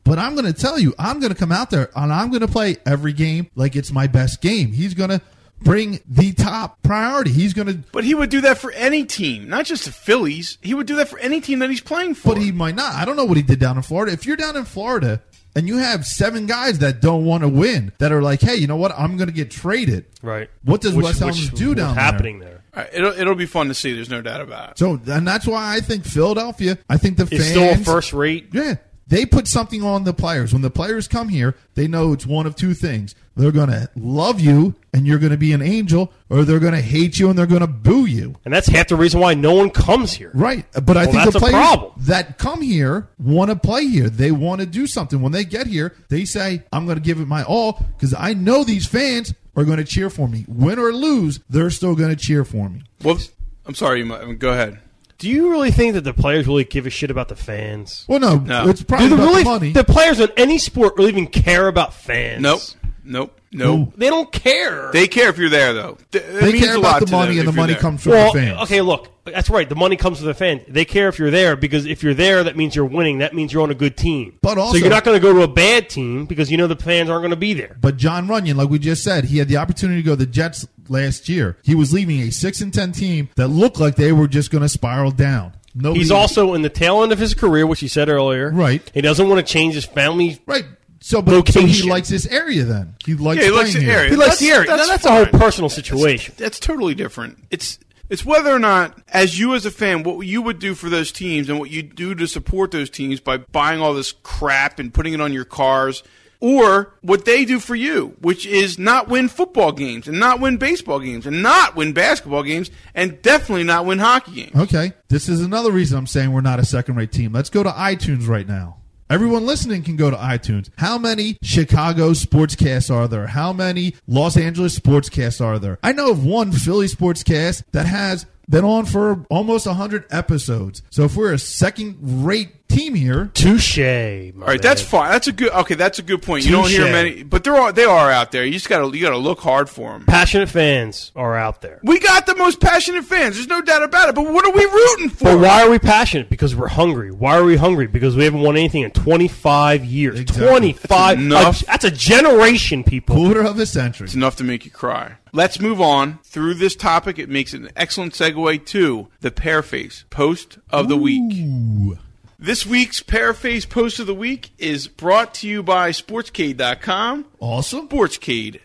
Speaker 2: but I'm going to tell you I'm going to come out there and I'm going to play every game like it's my best game. He's going to bring the top priority. He's going to,
Speaker 1: But he would do that for any team, not just the Phillies. He would do that for any team that he's playing for.
Speaker 2: but he might not. I don't know what he did down in Florida. If you're down in Florida." And you have seven guys that don't want to win that are like, hey, you know what? I'm going to get traded.
Speaker 3: Right.
Speaker 2: What does
Speaker 3: Which-
Speaker 2: West Helms
Speaker 3: which-
Speaker 2: do
Speaker 3: what's
Speaker 2: down there?
Speaker 3: happening there?
Speaker 1: All right, it'll, it'll be fun to see. There's no doubt about it.
Speaker 2: So, and that's why I think Philadelphia. I think the
Speaker 3: It's
Speaker 2: fans
Speaker 3: still a first rate.
Speaker 2: Yeah, they put something on the players. When the players come here, they know it's one of two things: they're going to love you and you're going to be an angel, or they're going to hate you and they're going to boo you.
Speaker 3: And that's half the reason why no one comes here.
Speaker 2: Right, but I
Speaker 3: Well,
Speaker 2: think
Speaker 3: that's
Speaker 2: the
Speaker 3: a
Speaker 2: players
Speaker 3: problem.
Speaker 2: that come here want to play here. They want to do something. When they get here, they say, "I'm going to give it my all" because I know these fans are going to cheer for me. Win or lose, they're still going to cheer for me.
Speaker 1: Well, I'm sorry. You might, go ahead.
Speaker 3: Do you really think that the players really give a shit about the fans?
Speaker 2: Well, no,
Speaker 1: No.
Speaker 2: it's probably
Speaker 3: Do the
Speaker 2: about
Speaker 3: really
Speaker 2: the money.
Speaker 3: the players in any sport really even care about fans?
Speaker 1: Nope. Nope. Nope.
Speaker 2: Ooh.
Speaker 3: They don't care.
Speaker 1: They care if you're there, though. Th- it
Speaker 2: They
Speaker 1: means
Speaker 2: care
Speaker 1: a
Speaker 2: about
Speaker 1: lot
Speaker 2: the
Speaker 1: to
Speaker 2: money,
Speaker 1: them
Speaker 2: and the
Speaker 1: if you're
Speaker 2: money
Speaker 1: there.
Speaker 2: comes from
Speaker 3: well,
Speaker 2: the fans.
Speaker 3: okay, look, that's right. The money comes to the fans. They care if you're there because if you're there, that means you're winning. That means you're on a good team.
Speaker 2: But also-
Speaker 3: so you're not going to go to a bad team because you know the fans aren't going to be there.
Speaker 2: But John Runyon, like we just said, he had the opportunity to go to the Jets last year. He was leaving a six and ten team that looked like they were just going to spiral down. Nobody,
Speaker 3: He's also in the tail end of his career, which he said earlier.
Speaker 2: Right.
Speaker 3: He doesn't want to change his family.
Speaker 2: right. So, but so he
Speaker 3: Location.
Speaker 2: likes this area. Then he likes.
Speaker 1: Yeah, he likes
Speaker 2: playing
Speaker 1: the
Speaker 2: here.
Speaker 1: area.
Speaker 3: He
Speaker 1: That's-
Speaker 3: likes the area. Now,
Speaker 1: that's
Speaker 3: That's, a
Speaker 1: fine.
Speaker 3: whole personal situation.
Speaker 1: That's totally different. It's it's whether or not, as you as a fan, what you would do for those teams and what you do to support those teams by buying all this crap and putting it on your cars, or what they do for you, which is not win football games and not win baseball games and not win basketball games and definitely not
Speaker 3: Oh,
Speaker 1: win hockey games.
Speaker 2: Okay, this is another reason I'm saying we're not a second rate team. Let's go to iTunes right now. Everyone listening can go to iTunes. How many Chicago sportscasts are there? How many Los Angeles sportscasts are there? I know of one Philly sportscast that has been on for almost 100 episodes. So if we're a second rate team here,
Speaker 3: Touche.
Speaker 1: All right, that's fine. That's a good. Okay, that's a good point. You don't hear
Speaker 3: Touche.
Speaker 1: many, but there are they are out there. You just gotta you gotta look hard for them.
Speaker 3: passionate fans are out there.
Speaker 1: We got the most passionate fans. There's no doubt about it. But what are we rooting for?
Speaker 3: But why are we passionate? Because we're hungry. Why are we hungry? Because we haven't won anything in 25 years.
Speaker 2: Exactly.
Speaker 3: 25.
Speaker 1: enough.
Speaker 3: a- that's a generation, people.
Speaker 2: quarter of a century.
Speaker 1: It's enough to make you cry. Let's move on through this topic. It makes an excellent segue to the pear face post of the week.
Speaker 2: Ooh.
Speaker 1: This week's pear face post of the week is brought to you by sportscade.com,
Speaker 2: Awesome.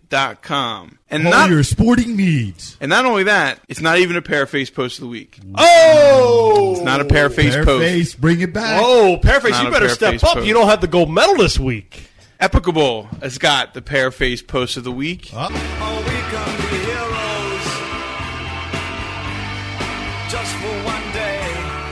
Speaker 1: sportscade.com. And
Speaker 2: All
Speaker 1: not
Speaker 2: your sporting needs.
Speaker 1: and not only that, it's not even a pear face post of the week.
Speaker 3: Oh!
Speaker 1: It's not a pear face
Speaker 2: Bare
Speaker 1: post.
Speaker 2: face, bring it back.
Speaker 3: Oh, Paraphrase,
Speaker 1: Not
Speaker 3: you
Speaker 1: a
Speaker 3: better
Speaker 1: Paraphrase
Speaker 3: step up.
Speaker 1: post.
Speaker 3: You don't have the gold medal this week.
Speaker 1: Epicable has got the pear face post of the week.
Speaker 2: Oh,
Speaker 4: Oh, we can be heroes just for one day.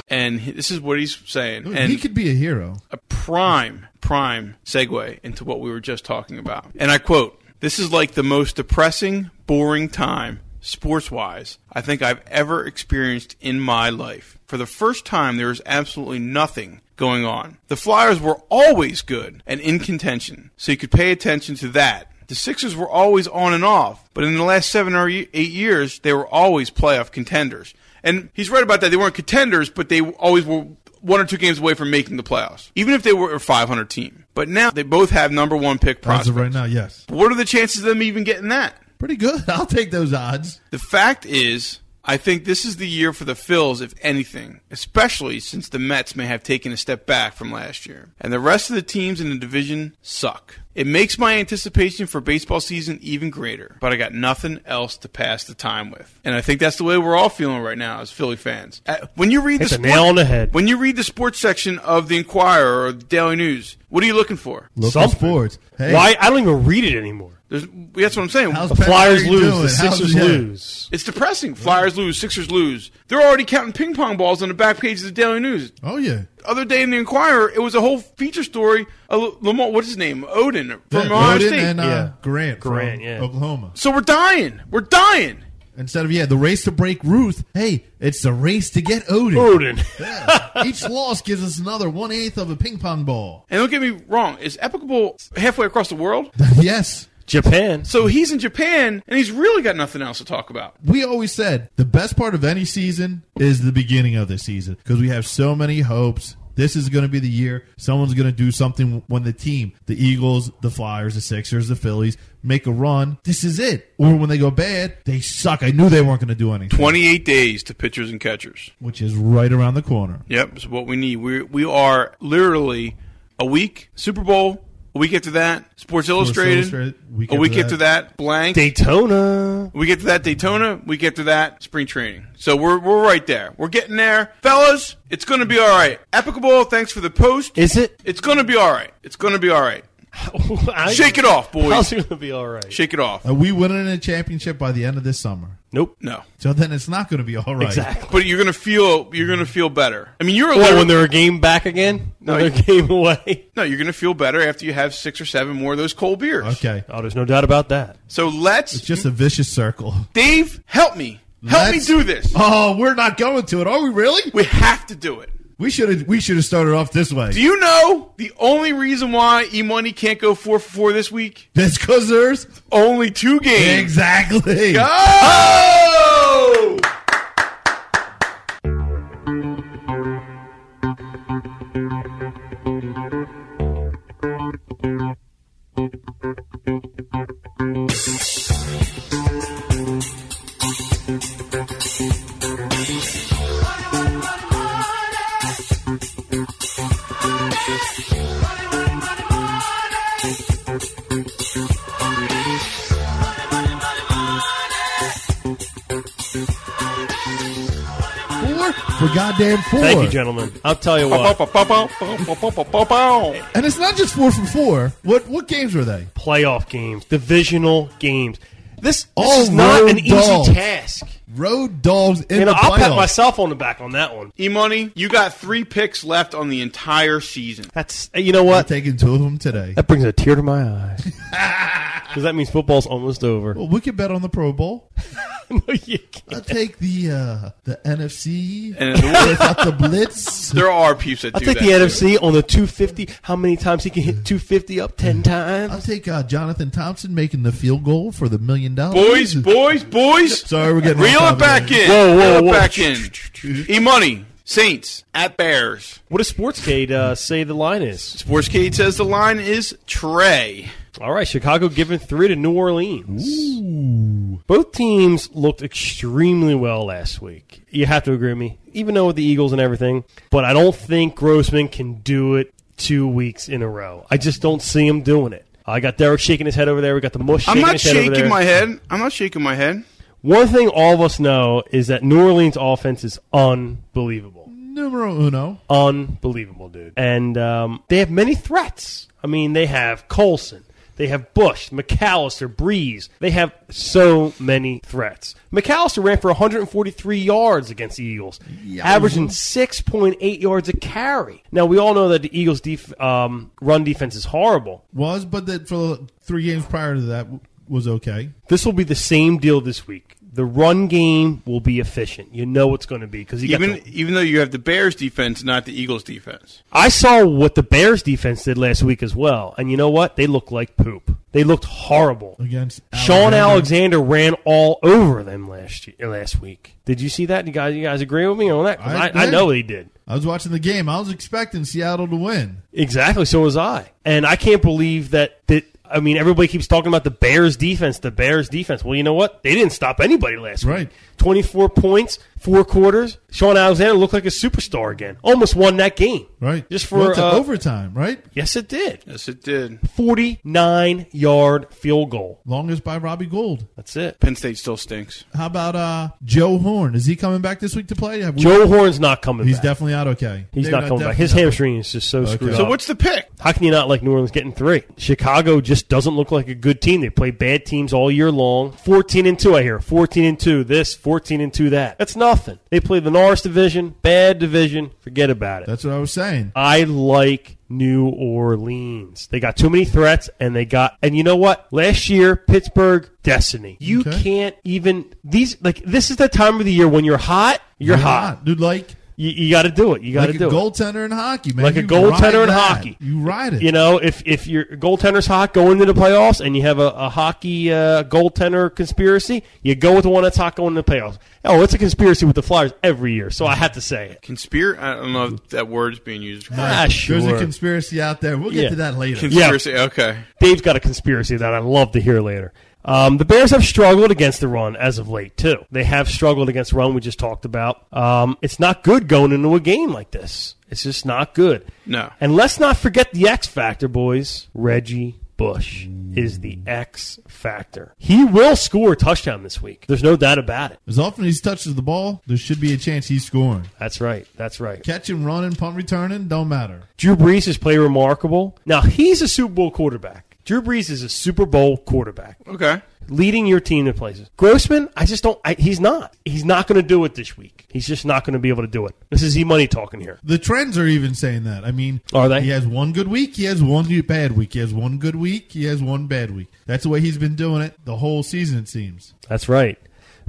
Speaker 1: And he- this is what he's saying.
Speaker 2: dude,
Speaker 1: and
Speaker 2: he could be a hero.
Speaker 1: a prime, prime segue into what we were just talking about. And I quote This is like the most depressing, boring time, sports wise, I think I've ever experienced in my life. For the first time, there is absolutely nothing going on. The Flyers were always good and in contention, so you could pay attention to that. The Sixers were always on and off, but in the last seven or eight years, they were always playoff contenders. And he's right about that. They weren't contenders, but they always were one or two games away from making the playoffs, even if they were a 500 team. But now they both have number one pick
Speaker 2: As
Speaker 1: prospects.
Speaker 2: of right now, yes.
Speaker 1: What are the chances of them even getting that?
Speaker 2: Pretty good. I'll take those odds.
Speaker 1: The fact is, I think this is the year for the Phils, if anything, especially since the Mets may have taken a step back from last year. And the rest of the teams in the division suck. It makes my anticipation for baseball season even greater, but I got nothing else to pass the time with. And I think that's the way we're all feeling right now as Philly fans. Uh, When you read
Speaker 3: It's
Speaker 1: the
Speaker 3: a nail on the head.
Speaker 1: when you read the sports section of the Inquirer or the Daily News, what are you looking for?
Speaker 2: Local
Speaker 3: Something.
Speaker 2: sports. Hey,
Speaker 3: Why? I don't even read it anymore.
Speaker 1: There's, that's what I'm saying.
Speaker 2: How's-
Speaker 3: The
Speaker 2: What the hell
Speaker 3: Flyers
Speaker 2: are you
Speaker 3: lose.
Speaker 2: doing?
Speaker 3: The
Speaker 2: How's
Speaker 3: Sixers
Speaker 2: it going?
Speaker 3: lose.
Speaker 1: It's depressing. Flyers lose, Sixers lose. They're already counting ping pong balls on the back page of the Daily News.
Speaker 2: Oh yeah.
Speaker 1: Other day in the Inquirer, it was a whole feature story. Of Lamar, what's his name? Odin from
Speaker 2: Yeah,
Speaker 1: Ohio
Speaker 2: Roden
Speaker 1: State.
Speaker 2: and uh,
Speaker 3: Yeah.
Speaker 2: Grant, from
Speaker 3: Grant, yeah.
Speaker 2: Oklahoma.
Speaker 1: so we're dying. We're dying.
Speaker 2: Instead of yeah, the race to break Ruth. Hey, it's the race to get Odin.
Speaker 3: Odin.
Speaker 2: Yeah. Each loss gives us another one eighth of a ping pong ball.
Speaker 1: And don't get me wrong, is Epicable halfway across the world?
Speaker 2: yes.
Speaker 3: Japan.
Speaker 1: So he's in Japan, and he's really got nothing else to talk about.
Speaker 2: We always said the best part of any season is the beginning of the season because we have so many hopes. This is going to be the year someone's going to do something when the team, the Eagles, the Flyers, the Sixers, the Phillies, make a run. This is it. Or when they go bad, they suck. I knew they weren't going to do anything,
Speaker 1: 28 days to pitchers and catchers.
Speaker 2: which is right around the corner.
Speaker 1: Yep, it's what we need. We we are literally a week Super Bowl. A week after that, Sports Illustrated.
Speaker 2: Illustrated,
Speaker 1: a week after that, blank.
Speaker 3: Daytona.
Speaker 1: we get to that Daytona. Week after that, spring training. So we're we're right there. We're getting there, fellas. It's going to be all right. Epicable, thanks for the post.
Speaker 3: Is it?
Speaker 1: It's going to be all right. It's going to be all right.
Speaker 3: I-
Speaker 1: Shake it off,
Speaker 3: How's
Speaker 1: boys.
Speaker 3: it going to be all right?
Speaker 1: Shake it off.
Speaker 2: Are we winning a championship by the end of this summer?
Speaker 3: Nope.
Speaker 1: No,
Speaker 2: So then it's not going to be all right.
Speaker 3: Exactly.
Speaker 1: but you're gonna feel you're gonna feel better. I mean, you're a
Speaker 3: Well,
Speaker 1: little-
Speaker 3: Oh, when they're a game back again, another
Speaker 1: you-
Speaker 3: game away.
Speaker 1: no, you're gonna feel better after you have six or seven more of those cold beers.
Speaker 2: Okay.
Speaker 3: Oh, there's no doubt about that.
Speaker 1: So let's
Speaker 2: It's just a vicious circle.
Speaker 1: Dave, help me. Help me
Speaker 2: Let's-
Speaker 1: do this.
Speaker 2: Oh, we're not going to it, are we really?
Speaker 1: We have to do it.
Speaker 2: We should have we should have started off this way.
Speaker 1: Do you know the only reason why E Money can't go four for four this week?
Speaker 2: That's cause there's
Speaker 1: Only two games.
Speaker 2: exactly.
Speaker 1: Oh!
Speaker 2: Four for goddamn four.
Speaker 3: Thank you, gentlemen. I'll tell you what.
Speaker 1: Ba-ba-ba-ba-ba-ba-ba-ba-ba.
Speaker 2: and it's not just four for four. What what games were they?
Speaker 3: Playoff games, divisional games. This, this
Speaker 2: All
Speaker 3: is not
Speaker 2: road
Speaker 3: an
Speaker 2: dogs.
Speaker 3: easy task.
Speaker 2: Road dogs in
Speaker 3: You know,
Speaker 2: the
Speaker 3: I'll pat
Speaker 2: playoffs.
Speaker 3: myself on the back on that one.
Speaker 1: E money, you got three picks left on the entire season.
Speaker 3: That's uh, you know
Speaker 2: I'm
Speaker 3: what
Speaker 2: taking two of them today.
Speaker 3: that brings a tear to my eye because that means football's almost over.
Speaker 2: Well, we could bet on the Pro Bowl.
Speaker 3: No, you can't.
Speaker 2: I'll take the uh, the NFC
Speaker 1: And there-
Speaker 2: without the blitz.
Speaker 1: there are peeps that
Speaker 3: I'll
Speaker 1: do
Speaker 3: take
Speaker 1: that.
Speaker 3: the NFC on the 250. How many times he can hit 250 up 10 times?
Speaker 2: I'll take uh, Jonathan Thompson making the field goal for the million dollars.
Speaker 1: Boys, boys, boys.
Speaker 2: Sorry, we're getting
Speaker 1: Reel
Speaker 2: off
Speaker 1: it back
Speaker 2: topic.
Speaker 1: in.
Speaker 3: Whoa, whoa,
Speaker 1: Reel it
Speaker 3: whoa.
Speaker 1: back in. E money, Saints at Bears.
Speaker 3: What does Sportscade uh, say the line is?
Speaker 1: Sportscade says the line is Trey.
Speaker 3: All right, Chicago giving three to New Orleans. Both teams looked extremely well last week. You have to agree with me, even though with the Eagles and everything. But I don't think Grossman can do it two weeks in a row. I just don't see him doing it. I got Derek shaking his head over there. We got the mush.
Speaker 1: I'm
Speaker 3: shaking
Speaker 1: not
Speaker 3: his head over
Speaker 1: shaking
Speaker 3: there.
Speaker 1: my head. I'm not shaking my head.
Speaker 3: One thing all of us know is that New Orleans offense is unbelievable.
Speaker 2: Numero uno.
Speaker 3: Unbelievable, dude. And um, they have many threats. I mean, they have Colson. They have Bush, McAllister, Breeze. They have so many threats. McAllister ran for 143 yards against the Eagles, averaging 6.8 yards a carry. Now, we all know that the Eagles' def- um, run defense is horrible.
Speaker 2: Was, but that for the three games prior to that w- was okay.
Speaker 3: This will be the same deal this week. The run game will be efficient. You know it's going to be because you
Speaker 1: Even
Speaker 3: got the-
Speaker 1: even though you have the Bears defense, not the Eagles defense.
Speaker 3: I saw what the Bears defense did last week as well, and you know what? They looked like poop. They looked horrible.
Speaker 2: Against
Speaker 3: Sean
Speaker 2: Alexander.
Speaker 3: Alexander ran all over them last year, last week. Did you see that? You guys, you guys agree with me on that? 'Cause
Speaker 2: I
Speaker 3: I, I,
Speaker 2: did.
Speaker 3: know he did.
Speaker 2: I was watching the game. I was expecting Seattle to win.
Speaker 3: Exactly. So was I. And I can't believe that that. I mean, everybody keeps talking about the Bears defense, the Bears defense. Well, you know what? They didn't stop anybody last
Speaker 2: Right.
Speaker 3: week. 24 points, four quarters. Sean Alexander looked like a superstar again. Almost won that game.
Speaker 2: Right.
Speaker 3: Just for
Speaker 2: Went to
Speaker 3: uh,
Speaker 2: overtime, right?
Speaker 3: Yes, it did.
Speaker 1: Yes, it did.
Speaker 3: 49 yard field goal.
Speaker 2: Longest by Robbie Gold.
Speaker 3: That's it.
Speaker 1: Penn State still stinks.
Speaker 2: How about uh, Joe Horn? Is he coming back this week to play? Have we-
Speaker 3: Joe Horn's not coming
Speaker 2: he's
Speaker 3: back.
Speaker 2: definitely out okay.
Speaker 3: He's
Speaker 2: They're
Speaker 3: not coming back.
Speaker 2: definitely
Speaker 3: His
Speaker 2: not-
Speaker 3: hamstring is just so screwed
Speaker 2: So
Speaker 1: So
Speaker 3: up.
Speaker 1: what's the pick?
Speaker 3: How can you not like New Orleans getting three? Chicago just doesn't look like a good team. They play bad teams all year long. Fourteen and two, I hear. Fourteen and two, this. Fourteen and two, that. That's nothing. They play the Norris division, bad division. Forget about it.
Speaker 2: That's what I was saying.
Speaker 3: I like New Orleans. They got too many threats, and they got and you know what? Last year, Pittsburgh destiny. You
Speaker 2: Okay.
Speaker 3: can't even these like this is the time of the year when you're hot. You're,
Speaker 2: You're
Speaker 3: hot.
Speaker 2: dude. Like
Speaker 3: You, you got to do it. You got to
Speaker 2: like a
Speaker 3: do it.
Speaker 2: goaltender in hockey, man.
Speaker 3: Like a
Speaker 2: You
Speaker 3: goaltender
Speaker 2: ride
Speaker 3: in
Speaker 2: that.
Speaker 3: hockey.
Speaker 2: You ride it.
Speaker 3: You know, if if your goaltender's hot going into the playoffs, and you have a, a hockey uh, goaltender conspiracy, you go with the one that's hot going into the playoffs. Oh, it's a conspiracy with the Flyers every year, so I had to say it.
Speaker 1: Conspire? I don't know if that word's being used.
Speaker 3: Ah, sure.
Speaker 2: There's a conspiracy out there. We'll get
Speaker 3: Yeah.
Speaker 2: to that later.
Speaker 1: Conspiracy. Okay.
Speaker 3: Dave's got a conspiracy that I'd love to hear later. Um, the Bears have struggled against the run as of late too. They have struggled against run. We just talked about. Um, it's not good going into a game like this. It's just not good.
Speaker 1: No.
Speaker 3: And let's not forget the X factor, boys. Reggie Bush is the X factor. He will score a touchdown this week. There's no doubt about it.
Speaker 2: As often as he touches the ball, there should be a chance he's scoring.
Speaker 3: That's right. That's right.
Speaker 2: Catching, running, punt returning, don't matter.
Speaker 3: Drew Brees has played remarkable. Now he's a Super Bowl quarterback. Drew Brees is a Super Bowl quarterback.
Speaker 1: Okay.
Speaker 3: leading your team to places. Grossman, I just don't. I, he's not. He's not going to do it this week. He's just not going to be able to do it. This is E Money talking here.
Speaker 2: The trends are even saying that. I mean,
Speaker 3: Are they?
Speaker 2: He has one good week. He has one bad week. He has one good week. He has one bad week. That's the way he's been doing it the whole season. It seems.
Speaker 3: That's right.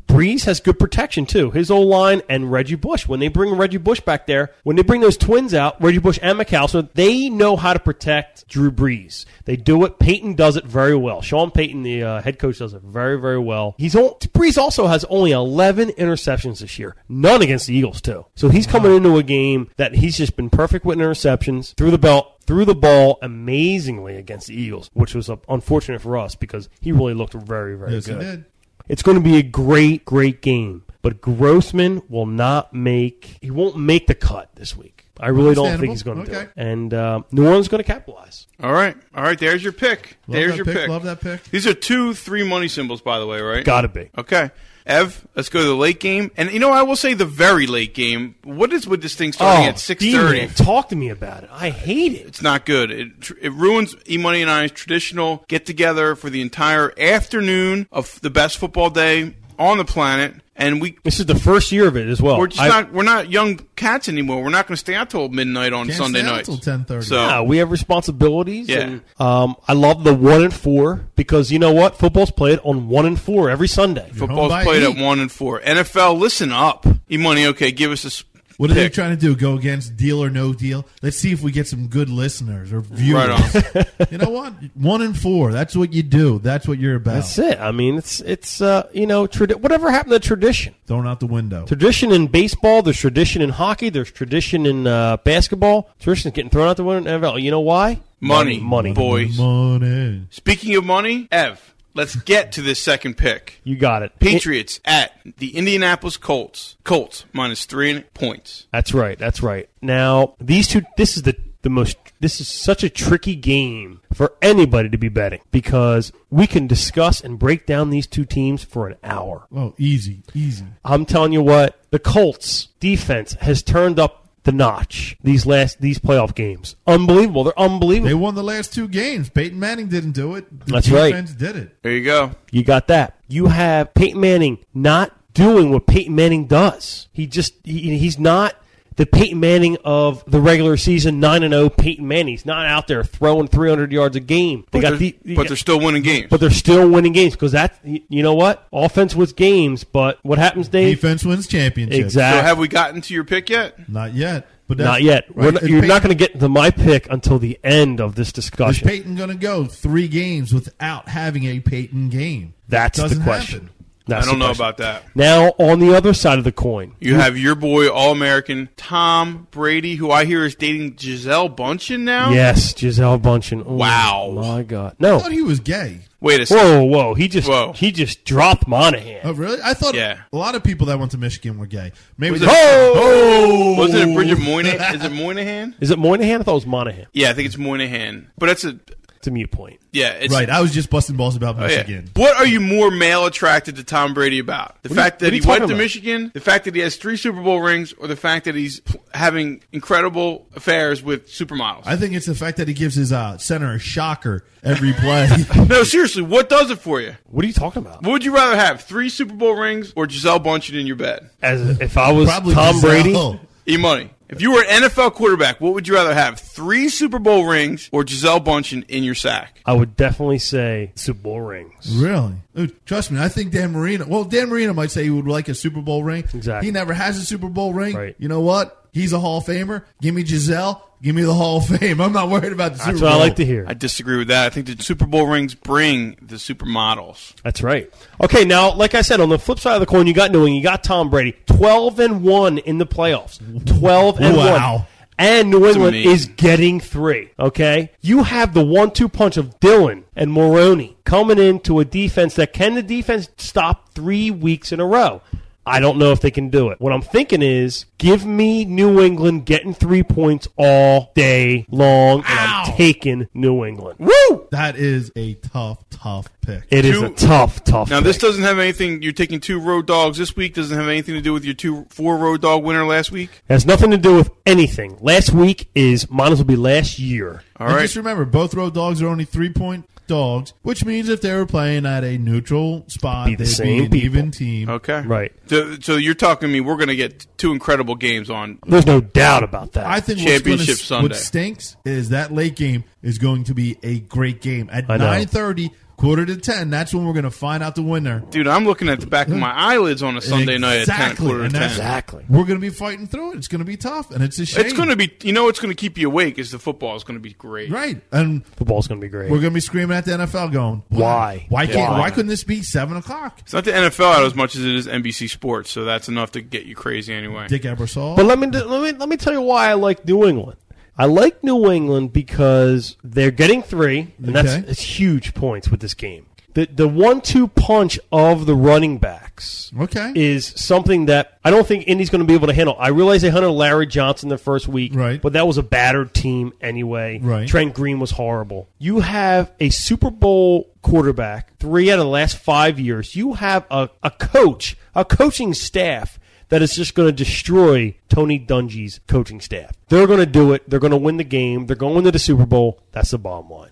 Speaker 3: Breeze has good protection too. His old line and Reggie Bush. When they bring Reggie Bush back there, when they bring those twins out, Reggie Bush and McAllister, they know how to protect Drew Brees. They do it. Peyton does it very well. Sean Payton, the uh, head coach, does it very, very well. He's on, Breeze also has only 11 interceptions this year, none against the Eagles too. So he's coming into a game that he's just been perfect with interceptions through the belt. Threw the ball amazingly against the Eagles, which was uh, unfortunate for us because he really looked very, very
Speaker 2: Yes, he
Speaker 3: good.
Speaker 2: did.
Speaker 3: It's going to be a great, great game. But Grossman will not make. He won't make the cut this week. I really don't think he's going to do
Speaker 2: Understandable.
Speaker 3: it. And uh, New Orleans is going to capitalize.
Speaker 1: All right. All right. There's your pick.
Speaker 2: Love
Speaker 1: there's
Speaker 2: that
Speaker 1: your
Speaker 2: pick,
Speaker 1: pick,
Speaker 2: Love that pick.
Speaker 1: These are two three money symbols, by the way, right?
Speaker 3: Got to be.
Speaker 1: Okay. Ev, let's go to the late game. And you know, I will say the very late game. What is with this thing starting at Oh, six thirty?
Speaker 3: Demon, Oh, talk to me about it. I hate it.
Speaker 1: It's not good. It, tr- it ruins E Money and I's traditional get together for the entire afternoon of the best football day on the planet, and we
Speaker 3: This is the first year of it as well.
Speaker 1: we're just
Speaker 3: I-
Speaker 1: not we're not young cats anymore. We're not going to stay out till midnight on
Speaker 2: Can't
Speaker 1: Sunday
Speaker 2: stay
Speaker 1: nights
Speaker 2: out till 10:30.
Speaker 1: So
Speaker 3: Yeah, we have responsibilities.
Speaker 1: Yeah.
Speaker 3: And, um, I love the one and four because you know what? Football's played on one and four every Sunday.
Speaker 2: home by
Speaker 1: football's played
Speaker 2: eight.
Speaker 1: at one and four. NFL, listen up. E money, okay, give us a. s-
Speaker 2: What are they
Speaker 1: pick.
Speaker 2: trying to do? Go against deal or no deal? Let's see if we get some good listeners or viewers.
Speaker 1: Right
Speaker 2: you know what? One in four. That's what you do. That's what you're about.
Speaker 3: That's it. I mean, it's it's uh, you know, tradi- whatever happened to tradition?
Speaker 2: Thrown out the window.
Speaker 3: Tradition in baseball. There's tradition in hockey. There's tradition in uh, basketball. Tradition's getting thrown out the window. in NFL. You know why?
Speaker 1: Money,
Speaker 3: money.
Speaker 1: boys.
Speaker 2: Money.
Speaker 1: Speaking of money, Ev, let's get to this second pick.
Speaker 3: You got it.
Speaker 1: Patriots at the Indianapolis Colts. Colts minus three points.
Speaker 3: That's right. That's right. Now these two. This is the the most. This is such a tricky game for anybody to be betting because we can discuss and break down these two teams for an hour.
Speaker 2: Oh, easy, easy.
Speaker 3: I'm telling you what, the Colts defense has turned up the notch these last these playoff games. Unbelievable. They're
Speaker 2: They
Speaker 3: unbelievable.
Speaker 2: won the last two games. Peyton Manning didn't do it. The
Speaker 3: That's right.
Speaker 2: defense did it.
Speaker 1: There you go.
Speaker 3: You got that. You have Peyton Manning not doing what Peyton Manning does. He just he, he's not the Peyton Manning of the regular season, nine and zero Peyton Manning. He's not out there throwing three hundred yards a game. They
Speaker 1: But,
Speaker 3: got
Speaker 1: they're,
Speaker 3: the,
Speaker 1: but they're still winning games.
Speaker 3: but they're still winning games because that you know what offense wins games, but what happens, Dave?
Speaker 2: Defense wins championships.
Speaker 3: Exactly.
Speaker 1: so have we gotten to your pick yet?
Speaker 2: Not yet. But that's,
Speaker 3: Not yet. We're
Speaker 2: right.
Speaker 3: not,
Speaker 2: Is
Speaker 3: you're
Speaker 2: Peyton,
Speaker 3: not going to get to my pick until the end of this
Speaker 2: Is
Speaker 3: discussion.
Speaker 2: Peyton going to go three games without having a Peyton game?
Speaker 3: That's the
Speaker 2: Doesn't
Speaker 3: question.
Speaker 2: happen.
Speaker 1: I
Speaker 3: That's
Speaker 1: don't
Speaker 3: the
Speaker 1: know
Speaker 3: question.
Speaker 1: about that.
Speaker 3: Now, on the other side of the coin,
Speaker 1: You have your boy, All American Tom Brady, who I hear is dating Giselle Bundchen now.
Speaker 3: yes, Giselle Bundchen. Oh,
Speaker 1: Wow.
Speaker 3: my God,
Speaker 2: I
Speaker 3: no.
Speaker 2: thought he was gay.
Speaker 1: Wait a second.
Speaker 3: Whoa, whoa! He just
Speaker 1: Whoa.
Speaker 3: he just dropped Monahan.
Speaker 2: Oh, really? I thought
Speaker 1: Yeah.
Speaker 2: a lot of people that went to Michigan were gay. Maybe
Speaker 1: Was
Speaker 2: they-
Speaker 1: it-
Speaker 3: Oh,
Speaker 1: Wasn't it Bridget Moynihan? Is it Moynihan?
Speaker 3: Is it Moynihan? I thought it was Monahan.
Speaker 1: Yeah, I think it's Moynihan. But that's a
Speaker 3: It's a mute point.
Speaker 1: yeah. It's,
Speaker 2: right. I was just busting balls about
Speaker 1: Oh, yeah.
Speaker 2: Michigan.
Speaker 1: What are you more male attracted to Tom Brady about? The
Speaker 3: are you-
Speaker 1: fact
Speaker 3: what
Speaker 1: that
Speaker 3: are
Speaker 1: he
Speaker 3: you talking
Speaker 1: went to
Speaker 3: about?
Speaker 1: Michigan, the fact that he has three Super Bowl rings, or the fact that he's pl- having incredible affairs with supermodels?
Speaker 2: I think it's the fact that he gives his uh, center a shocker every play.
Speaker 1: no, seriously, what does it for you?
Speaker 3: What are you talking about?
Speaker 1: What would you rather have, three Super Bowl rings or Giselle Bundchen in your bed?
Speaker 3: As if I was
Speaker 2: Probably
Speaker 3: Tom
Speaker 2: Giselle.
Speaker 3: Brady,
Speaker 1: E money. If you were an NFL quarterback, what would you rather have, three Super Bowl rings or Giselle Bundchen in your sack?
Speaker 3: I would definitely say Super Bowl rings.
Speaker 2: Really? Ooh, trust me, I think Dan Marino. Well, Dan Marino might say he would like a Super Bowl ring.
Speaker 3: Exactly.
Speaker 2: He never has a Super Bowl ring.
Speaker 3: Right.
Speaker 2: You know what? He's a Hall of Famer. Give me Giselle. Give me the Hall of Fame. I'm not worried about the Super
Speaker 3: That's
Speaker 2: Bowl.
Speaker 3: what I like to hear.
Speaker 1: I disagree with that. I think the Super Bowl rings bring the supermodels.
Speaker 3: That's right. Okay, now, like I said, on the flip side of the coin, you got New England, you got Tom Brady, twelve and one in the playoffs, twelve and one,
Speaker 2: Wow.
Speaker 3: and New England
Speaker 1: amazing.
Speaker 3: is getting three. Okay, you have the one-two punch of Dylan and Moroni coming into a defense that can the defense stop three weeks in a row. I don't know if they can do it. What I'm thinking is, give me New England getting three points all day long, and I'm taking New England. Woo!
Speaker 2: That is a tough, tough pick.
Speaker 3: It is
Speaker 1: Two-
Speaker 3: a tough, tough.
Speaker 1: Now, this
Speaker 3: pick.
Speaker 1: doesn't have anything. You're taking two road dogs this week. Doesn't have anything to do with your two four road dog winner last week.
Speaker 3: has nothing to do with anything. Last week is mine will be last year.
Speaker 1: All
Speaker 2: and
Speaker 1: right.
Speaker 2: just remember, both road dogs are only three point dogs, which means if they were playing at a neutral spot,
Speaker 3: Be the
Speaker 2: they'd
Speaker 3: same
Speaker 2: be an
Speaker 3: people.
Speaker 2: even team.
Speaker 1: okay.
Speaker 3: Right.
Speaker 1: So, so you're talking to me. We're going to get two incredible games on.
Speaker 3: There's no doubt about that.
Speaker 2: I think what's gonna,
Speaker 1: Championship Sunday.
Speaker 2: what stinks is that late game is going to be a great game at
Speaker 3: I know.
Speaker 2: nine thirty, quarter to ten. That's when we're going to find out the winner.
Speaker 1: Dude, I'm looking at the back of my eyelids on a Sunday night at 10,
Speaker 2: Exactly,
Speaker 1: quarter to
Speaker 2: and
Speaker 1: 10.
Speaker 2: that's-
Speaker 3: exactly.
Speaker 2: We're going to be fighting through it. It's going to be tough, and it's a shame.
Speaker 1: It's going to be, you know, it's going to keep you awake is the football is going to be great.
Speaker 2: right, and
Speaker 3: Football's going to be great.
Speaker 2: we're going to be screaming at the NFL, going,
Speaker 3: Why?
Speaker 2: Why can't?
Speaker 3: Why?
Speaker 2: Why, couldn't this be seven o'clock?"
Speaker 1: It's not the NFL out as much as it is NBC Sports, so that's enough to get you crazy anyway.
Speaker 2: Dick Ebersol.
Speaker 3: but let me let me let me tell you why I like New England. I like New England because they're getting three, and that's
Speaker 2: Okay.
Speaker 3: it's huge points with this game. The the one two punch of the running backs.
Speaker 2: Okay.
Speaker 3: is something that I don't think Indy's going to be able to handle. I realize they hunted Larry Johnson the first week,
Speaker 2: Right.
Speaker 3: But that was a battered team anyway.
Speaker 2: Right.
Speaker 3: Trent Green was horrible. You have a Super Bowl quarterback three out of the last five years. You have a, a coach, a coaching staff. That is just going to destroy Tony Dungy's coaching staff. They're going to do it. They're going to win the game. They're going to the Super Bowl. That's the bottom line.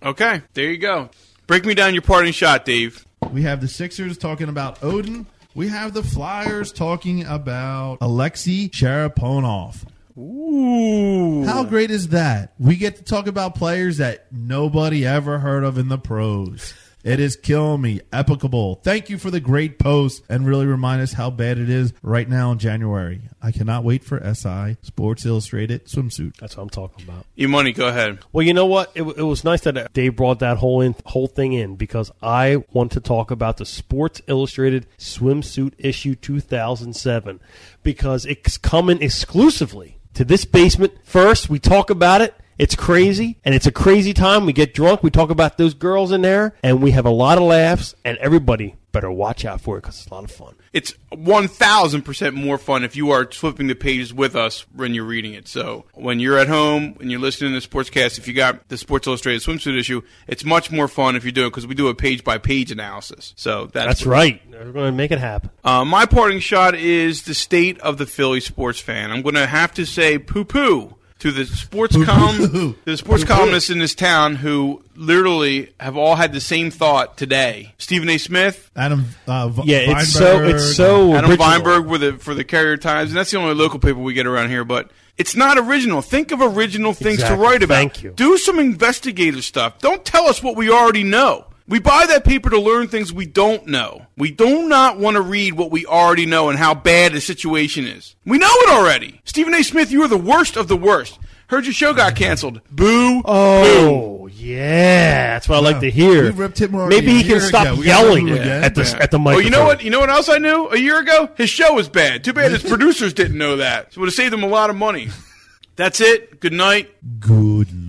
Speaker 1: Okay, there you go. Break me down your parting shot, Dave.
Speaker 2: We have the Sixers talking about Odin we have the Flyers talking about Alexei Sharaponov.
Speaker 1: Ooh.
Speaker 2: How great is that? We get to talk about players that nobody ever heard of in the pros. It is killing me. Epicable. Thank you for the great post and really remind us how bad it is right now in January. I cannot wait for SI Sports Illustrated swimsuit.
Speaker 3: That's what I'm talking about.
Speaker 1: E-Money, go ahead.
Speaker 3: Well, you know what? It, it was nice that Dave brought that whole in, whole thing in because I want to talk about the Sports Illustrated swimsuit issue 2007 because it's coming exclusively to this basement. First, we talk about it. It's crazy, and it's a crazy time. We get drunk, we talk about those girls in there, and we have a lot of laughs. And everybody better watch out for it because it's a lot of fun.
Speaker 1: It's 1000% more fun if you are flipping the pages with us when you're reading it. So, when you're at home and you're listening to the Sportscast, if you got the Sports Illustrated swimsuit issue, it's much more fun if you do it because we do a page by page analysis. So, that's,
Speaker 3: That's right. We're going to make it happen.
Speaker 1: Uh, my parting shot is the state of the Philly sports fan. I'm going to have to say poo poo to the sports column, the sports columnists in this town who literally have all had the same thought today. Stephen A. Smith,
Speaker 2: Adam uh, V-
Speaker 3: Yeah, it's so
Speaker 2: Weinberg.
Speaker 3: it's so
Speaker 1: Adam
Speaker 3: original.
Speaker 1: Weinberg with the, for the Carrier Times, and that's the only local paper we get around here. But it's not original. Think of original things to
Speaker 3: Exactly.
Speaker 1: write about.
Speaker 3: Thank you.
Speaker 1: Do some investigative stuff. Don't tell us what we already know. We buy that paper to learn things we don't know. We do not want to read what we already know and how bad the situation is. We know it already. Stephen A. Smith, you are the worst of the worst. Heard your show got canceled. Boo.
Speaker 3: Oh yeah, that's what I like to hear.
Speaker 2: We ripped him already
Speaker 3: Maybe
Speaker 2: a
Speaker 3: he can
Speaker 2: year
Speaker 3: stop
Speaker 2: ago. We gotta
Speaker 3: yelling
Speaker 2: rip him again.
Speaker 3: at the
Speaker 1: Yeah.
Speaker 3: at the microphone.
Speaker 1: Oh, you know what? You know what else I knew a year ago? His show was bad. Too bad his producers didn't know that. So it would have saved him a lot of money. That's it. Good night.
Speaker 2: Good